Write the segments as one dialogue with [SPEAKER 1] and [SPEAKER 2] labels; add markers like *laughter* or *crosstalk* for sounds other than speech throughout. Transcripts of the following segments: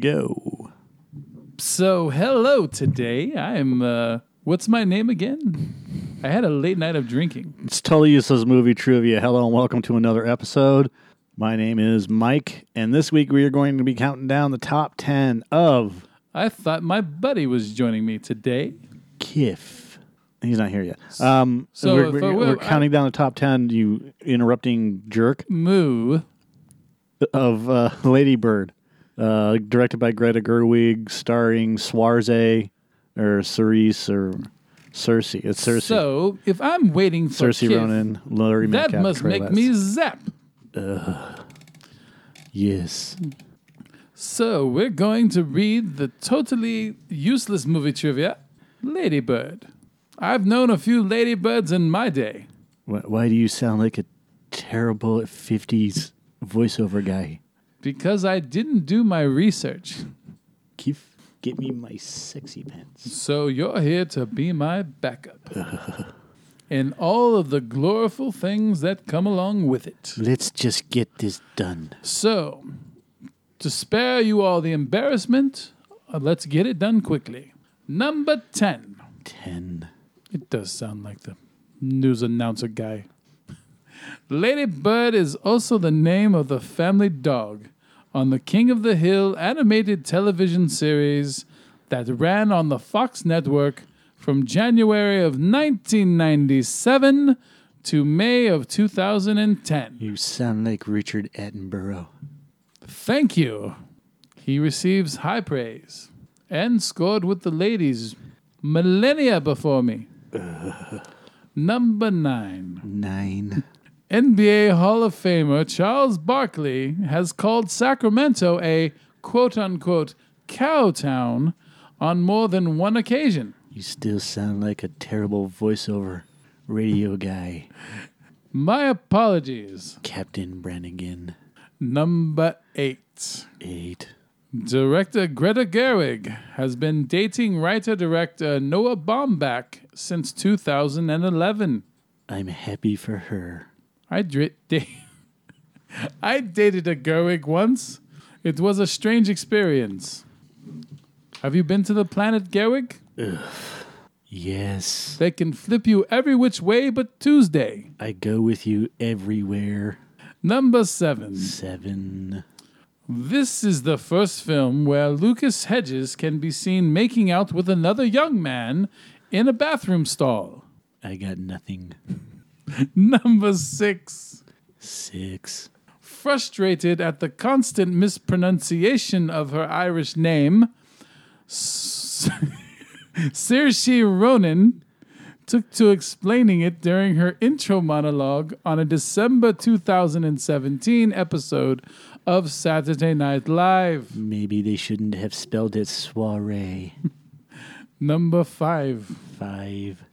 [SPEAKER 1] Go.
[SPEAKER 2] So, hello today. I'm, uh, what's my name again? I had a late night of drinking.
[SPEAKER 1] It's Tully Useless Movie Trivia. Hello and welcome to another episode. My name is Mike, and this week we are going to be counting down the top 10 of
[SPEAKER 2] I thought my buddy was joining me today.
[SPEAKER 1] Kiff. He's not here yet. Um,
[SPEAKER 2] So
[SPEAKER 1] we're,
[SPEAKER 2] if
[SPEAKER 1] we're-
[SPEAKER 2] I will-
[SPEAKER 1] we're counting down the top 10, you interrupting jerk,
[SPEAKER 2] Moo.
[SPEAKER 1] of uh, *laughs* Lady Bird, uh, directed by Greta Gerwig, starring Suarze or Cerise or Cersei. It's Cersei.
[SPEAKER 2] So, if I'm waiting for
[SPEAKER 1] Cersei
[SPEAKER 2] Kith,
[SPEAKER 1] Ronan, Larry
[SPEAKER 2] that
[SPEAKER 1] Metcalf,
[SPEAKER 2] must
[SPEAKER 1] Trey
[SPEAKER 2] make
[SPEAKER 1] Letts.
[SPEAKER 2] me zap.
[SPEAKER 1] Yes.
[SPEAKER 2] So, we're going to read the totally useless movie trivia Ladybird. I've known a few ladybirds in my day.
[SPEAKER 1] Why, why do you sound like a terrible 50s voiceover guy?
[SPEAKER 2] Because I didn't do my research.
[SPEAKER 1] Keith, get me my sexy pants.
[SPEAKER 2] So you're here to be my backup. and all of the gloriful things that come along with it.
[SPEAKER 1] Let's just get this done.
[SPEAKER 2] So, to spare you all the embarrassment, uh, let's get it done quickly. Number 10.
[SPEAKER 1] 10.
[SPEAKER 2] It does sound like the news announcer guy. Lady Bird is also the name of the family dog on the King of the Hill animated television series that ran on the Fox network from January of 1997 to May of 2010.
[SPEAKER 1] You sound like Richard Attenborough.
[SPEAKER 2] Thank you. He receives high praise and scored with the ladies millennia before me. Number nine.
[SPEAKER 1] 9.
[SPEAKER 2] NBA Hall of Famer Charles Barkley has called Sacramento a quote unquote cow town on more than one occasion.
[SPEAKER 1] You still sound like a terrible voiceover radio guy,
[SPEAKER 2] My apologies.
[SPEAKER 1] Captain Brannigan.
[SPEAKER 2] Number eight.
[SPEAKER 1] Eight.
[SPEAKER 2] Director Greta Gerwig has been dating writer director Noah Baumbach since 2011.
[SPEAKER 1] I'm happy for her.
[SPEAKER 2] I, dri- *laughs* da- I dated a Gerwig once. It was a strange experience. Have you been to the planet Gerwig?
[SPEAKER 1] Yes.
[SPEAKER 2] They can flip you every which way but Tuesday.
[SPEAKER 1] I go with you everywhere.
[SPEAKER 2] Number seven.
[SPEAKER 1] 7.
[SPEAKER 2] This is the first film where Lucas Hedges can be seen making out with another young man in a bathroom stall. *laughs*
[SPEAKER 1] I got nothing.
[SPEAKER 2] Number six.
[SPEAKER 1] Six.
[SPEAKER 2] Frustrated at the constant mispronunciation of her Irish name, S- Saoirse Ronan took to explaining it during her intro monologue on a December 2017 episode of Saturday Night Live.
[SPEAKER 1] Maybe they shouldn't have spelled it soiree. *laughs*
[SPEAKER 2] Number five.
[SPEAKER 1] Five.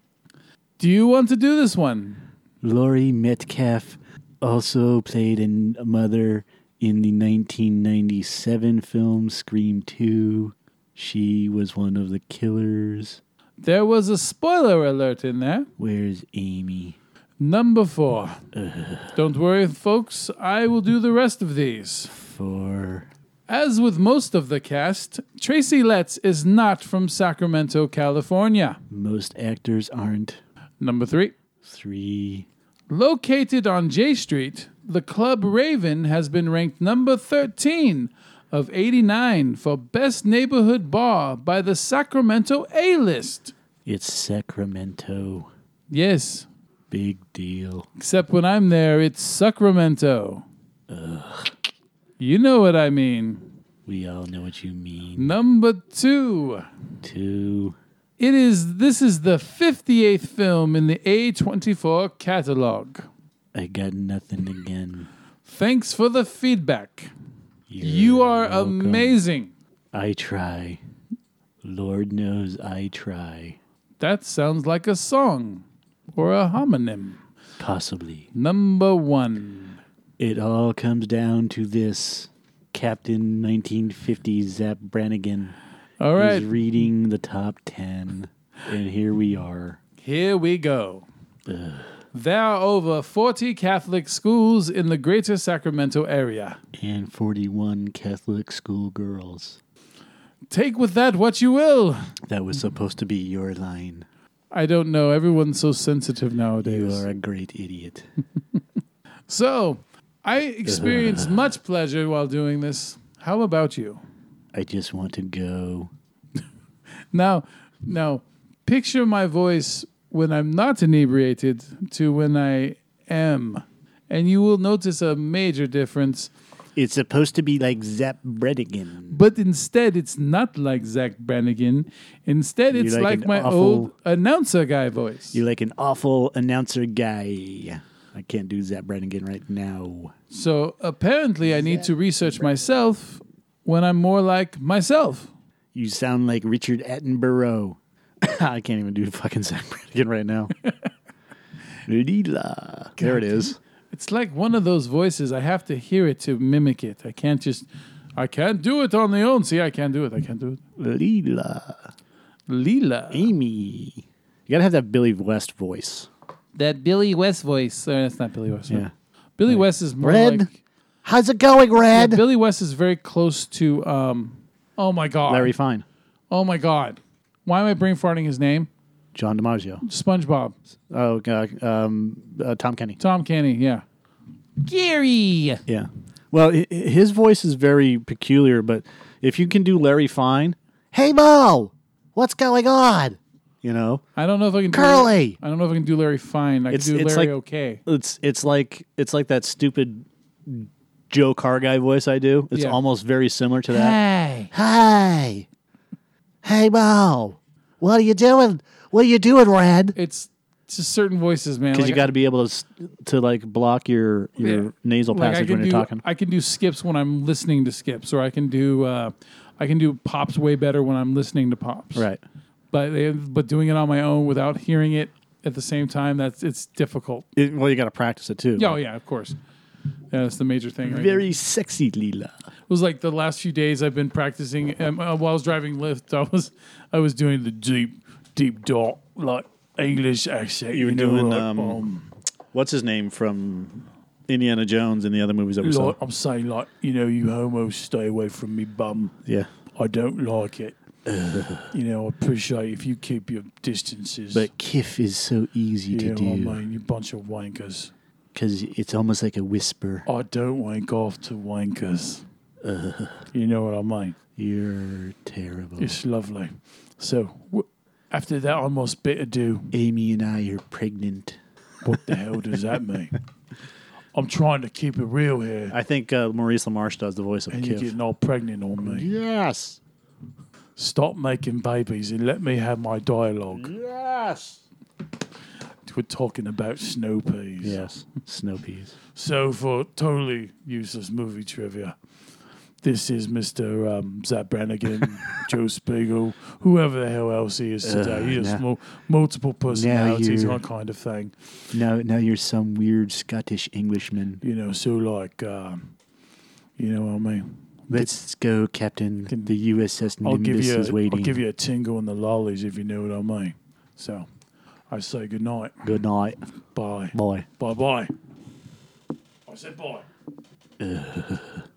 [SPEAKER 2] Do you want to do this one?
[SPEAKER 1] Laurie Metcalf also played a mother in the 1997 film Scream 2. She was one of the killers.
[SPEAKER 2] There was a spoiler alert in there.
[SPEAKER 1] Where's Amy?
[SPEAKER 2] Number four. Don't worry, folks, I will do the rest of these.
[SPEAKER 1] Four.
[SPEAKER 2] As with most of the cast, Tracy Letts is not from Sacramento, California.
[SPEAKER 1] Most actors aren't.
[SPEAKER 2] Number three.
[SPEAKER 1] Three.
[SPEAKER 2] Located on J Street, the club Raven has been ranked number 13 of 89 for Best Neighborhood Bar by the Sacramento A List.
[SPEAKER 1] It's Sacramento.
[SPEAKER 2] Yes,
[SPEAKER 1] Big deal.
[SPEAKER 2] except when I'm there, it's Sacramento. You know what I mean.
[SPEAKER 1] We all know what you mean.
[SPEAKER 2] Number two.
[SPEAKER 1] Two.
[SPEAKER 2] It is this is the 58th film in the A24 catalog.
[SPEAKER 1] I got nothing again.
[SPEAKER 2] Thanks for the feedback.
[SPEAKER 1] You're
[SPEAKER 2] You are
[SPEAKER 1] welcome.
[SPEAKER 2] amazing.
[SPEAKER 1] I try. Lord knows I try.
[SPEAKER 2] That sounds like a song or a homonym.
[SPEAKER 1] Possibly.
[SPEAKER 2] Number 1.
[SPEAKER 1] It all comes down to this. Captain 1950 Zap Brannigan
[SPEAKER 2] All right,
[SPEAKER 1] is reading the top 10. And here we are.
[SPEAKER 2] here we go. There are over 40 Catholic schools in the greater Sacramento area.
[SPEAKER 1] and 41 Catholic schoolgirls.
[SPEAKER 2] Take with that what you will.
[SPEAKER 1] That was supposed to be your line.
[SPEAKER 2] I don't know. Everyone's so sensitive
[SPEAKER 1] You
[SPEAKER 2] nowadays.
[SPEAKER 1] are a great idiot.
[SPEAKER 2] So,
[SPEAKER 1] *laughs*
[SPEAKER 2] I experienced much pleasure while doing this. How about you?
[SPEAKER 1] I just want to go.
[SPEAKER 2] Now, now, picture my voice when I'm not inebriated to when I am, and you will notice a major difference.
[SPEAKER 1] It's supposed to be like Zap Bredigan.
[SPEAKER 2] But instead, it's not like Zach Brannigan. Instead, it's
[SPEAKER 1] like
[SPEAKER 2] like,
[SPEAKER 1] an
[SPEAKER 2] my
[SPEAKER 1] awful-
[SPEAKER 2] old announcer guy voice.
[SPEAKER 1] You're like an awful announcer guy. I can't do Zap Bredigan right now.
[SPEAKER 2] so apparently, I need to research myself when I'm more like myself.
[SPEAKER 1] You sound like Richard Attenborough. *coughs* I can't even do fucking Zap Bredigan right *laughs* now. Leela. There it is.
[SPEAKER 2] It's like one of those voices. I have to hear it to mimic it. I can't just. I can't do it on the own. See, I can't do it. I can't do it.
[SPEAKER 1] Leela.
[SPEAKER 2] Leela.
[SPEAKER 1] Amy. You gotta have that Billy West voice.
[SPEAKER 2] That Billy West voice. Uh, that's not Billy West. right? Billy West is more
[SPEAKER 1] Red.
[SPEAKER 2] like
[SPEAKER 1] How's it going,
[SPEAKER 2] Yeah,
[SPEAKER 1] Red?
[SPEAKER 2] Billy West is very close to um oh my god.
[SPEAKER 1] Larry Fine.
[SPEAKER 2] Oh my god. Why am I brain farting his name?
[SPEAKER 1] John DiMaggio.
[SPEAKER 2] SpongeBob.
[SPEAKER 1] Oh, God. Um, uh, Tom Kenny.
[SPEAKER 2] Tom Kenny, yeah. Gary.
[SPEAKER 1] Yeah. Well, hi- hi- his voice is very peculiar, but if you can do Larry Fine, hey, Mo, what's going on? You know,
[SPEAKER 2] I don't know if I can
[SPEAKER 1] Curly.
[SPEAKER 2] do I don't know if I can do Larry Fine. I
[SPEAKER 1] It's-
[SPEAKER 2] can do
[SPEAKER 1] it's
[SPEAKER 2] Larry
[SPEAKER 1] like-
[SPEAKER 2] okay.
[SPEAKER 1] it's it's like it's like that stupid Joe Car guy voice I do. It's
[SPEAKER 2] Yeah.
[SPEAKER 1] almost very similar to that.
[SPEAKER 2] Hey.
[SPEAKER 1] Hey, hey, Mo, what are you doing? What are you doing, Red?
[SPEAKER 2] It's just certain voices, man.
[SPEAKER 1] Because
[SPEAKER 2] Like,
[SPEAKER 1] you got to be able to s- to like block your your
[SPEAKER 2] Yeah.
[SPEAKER 1] nasal
[SPEAKER 2] like I
[SPEAKER 1] passage
[SPEAKER 2] can
[SPEAKER 1] when
[SPEAKER 2] do
[SPEAKER 1] you're talking.
[SPEAKER 2] I can do skips when I'm listening to skips, or I can do uh, I can do pops way better when I'm listening to pops.
[SPEAKER 1] Right.
[SPEAKER 2] but but doing it on my own without hearing it at the same time that's it's difficult.
[SPEAKER 1] It- well, you got to practice it too.
[SPEAKER 2] Oh yeah, of course. Yeah, that's the major thing. Right
[SPEAKER 1] Very sexy, Leela.
[SPEAKER 2] it was like the last few days I've been practicing um, uh, while I was driving Lyft. I was I was doing the deep deep dark like English accent. You
[SPEAKER 1] were
[SPEAKER 2] know,
[SPEAKER 1] doing,
[SPEAKER 2] like, "Oh,
[SPEAKER 1] um, What's his name from Indiana Jones and the other movies that we saw?
[SPEAKER 2] like, I'm saying like you know you homos stay away from me bum.
[SPEAKER 1] Yeah.
[SPEAKER 2] I don't like it. you know I appreciate if you keep your distances.
[SPEAKER 1] But kiff is so easy
[SPEAKER 2] you
[SPEAKER 1] to
[SPEAKER 2] know what I
[SPEAKER 1] do
[SPEAKER 2] mean? You bunch of wankers.
[SPEAKER 1] because it's almost like a whisper.
[SPEAKER 2] I don't wank off to wankers.
[SPEAKER 1] *laughs*
[SPEAKER 2] you know what I mean?
[SPEAKER 1] You're terrible.
[SPEAKER 2] It's lovely. So w- after that, I must bid adieu.
[SPEAKER 1] Amy and I are pregnant.
[SPEAKER 2] What the hell does that mean? I'm trying to keep it real here,
[SPEAKER 1] I think uh, Maurice LaMarche does the voice of
[SPEAKER 2] and you're
[SPEAKER 1] Kiff.
[SPEAKER 2] getting all pregnant on me.
[SPEAKER 1] Yes.
[SPEAKER 2] Stop making babies and let me have my dialogue.
[SPEAKER 1] Yes.
[SPEAKER 2] We're talking about snow peas.
[SPEAKER 1] Yes. Snow peas.
[SPEAKER 2] So for totally useless movie trivia, this is Mr. Um, Zach Brannigan, Joe Spiegel, whoever the hell else he is today. he has
[SPEAKER 1] now-
[SPEAKER 2] mul- multiple personalities,
[SPEAKER 1] you're-
[SPEAKER 2] one kind of thing.
[SPEAKER 1] Now, now you're some weird Scottish Englishman.
[SPEAKER 2] You know, so like, um, you know what I mean?
[SPEAKER 1] Let's go, Captain. the USS
[SPEAKER 2] I'll give
[SPEAKER 1] Nimbus
[SPEAKER 2] you,
[SPEAKER 1] is
[SPEAKER 2] a, I'll
[SPEAKER 1] waiting.
[SPEAKER 2] give you a tingle in the lollies if you know what I mean. So I say good night.
[SPEAKER 1] Good night,
[SPEAKER 2] Bye.
[SPEAKER 1] boy.
[SPEAKER 2] Bye bye. I said bye.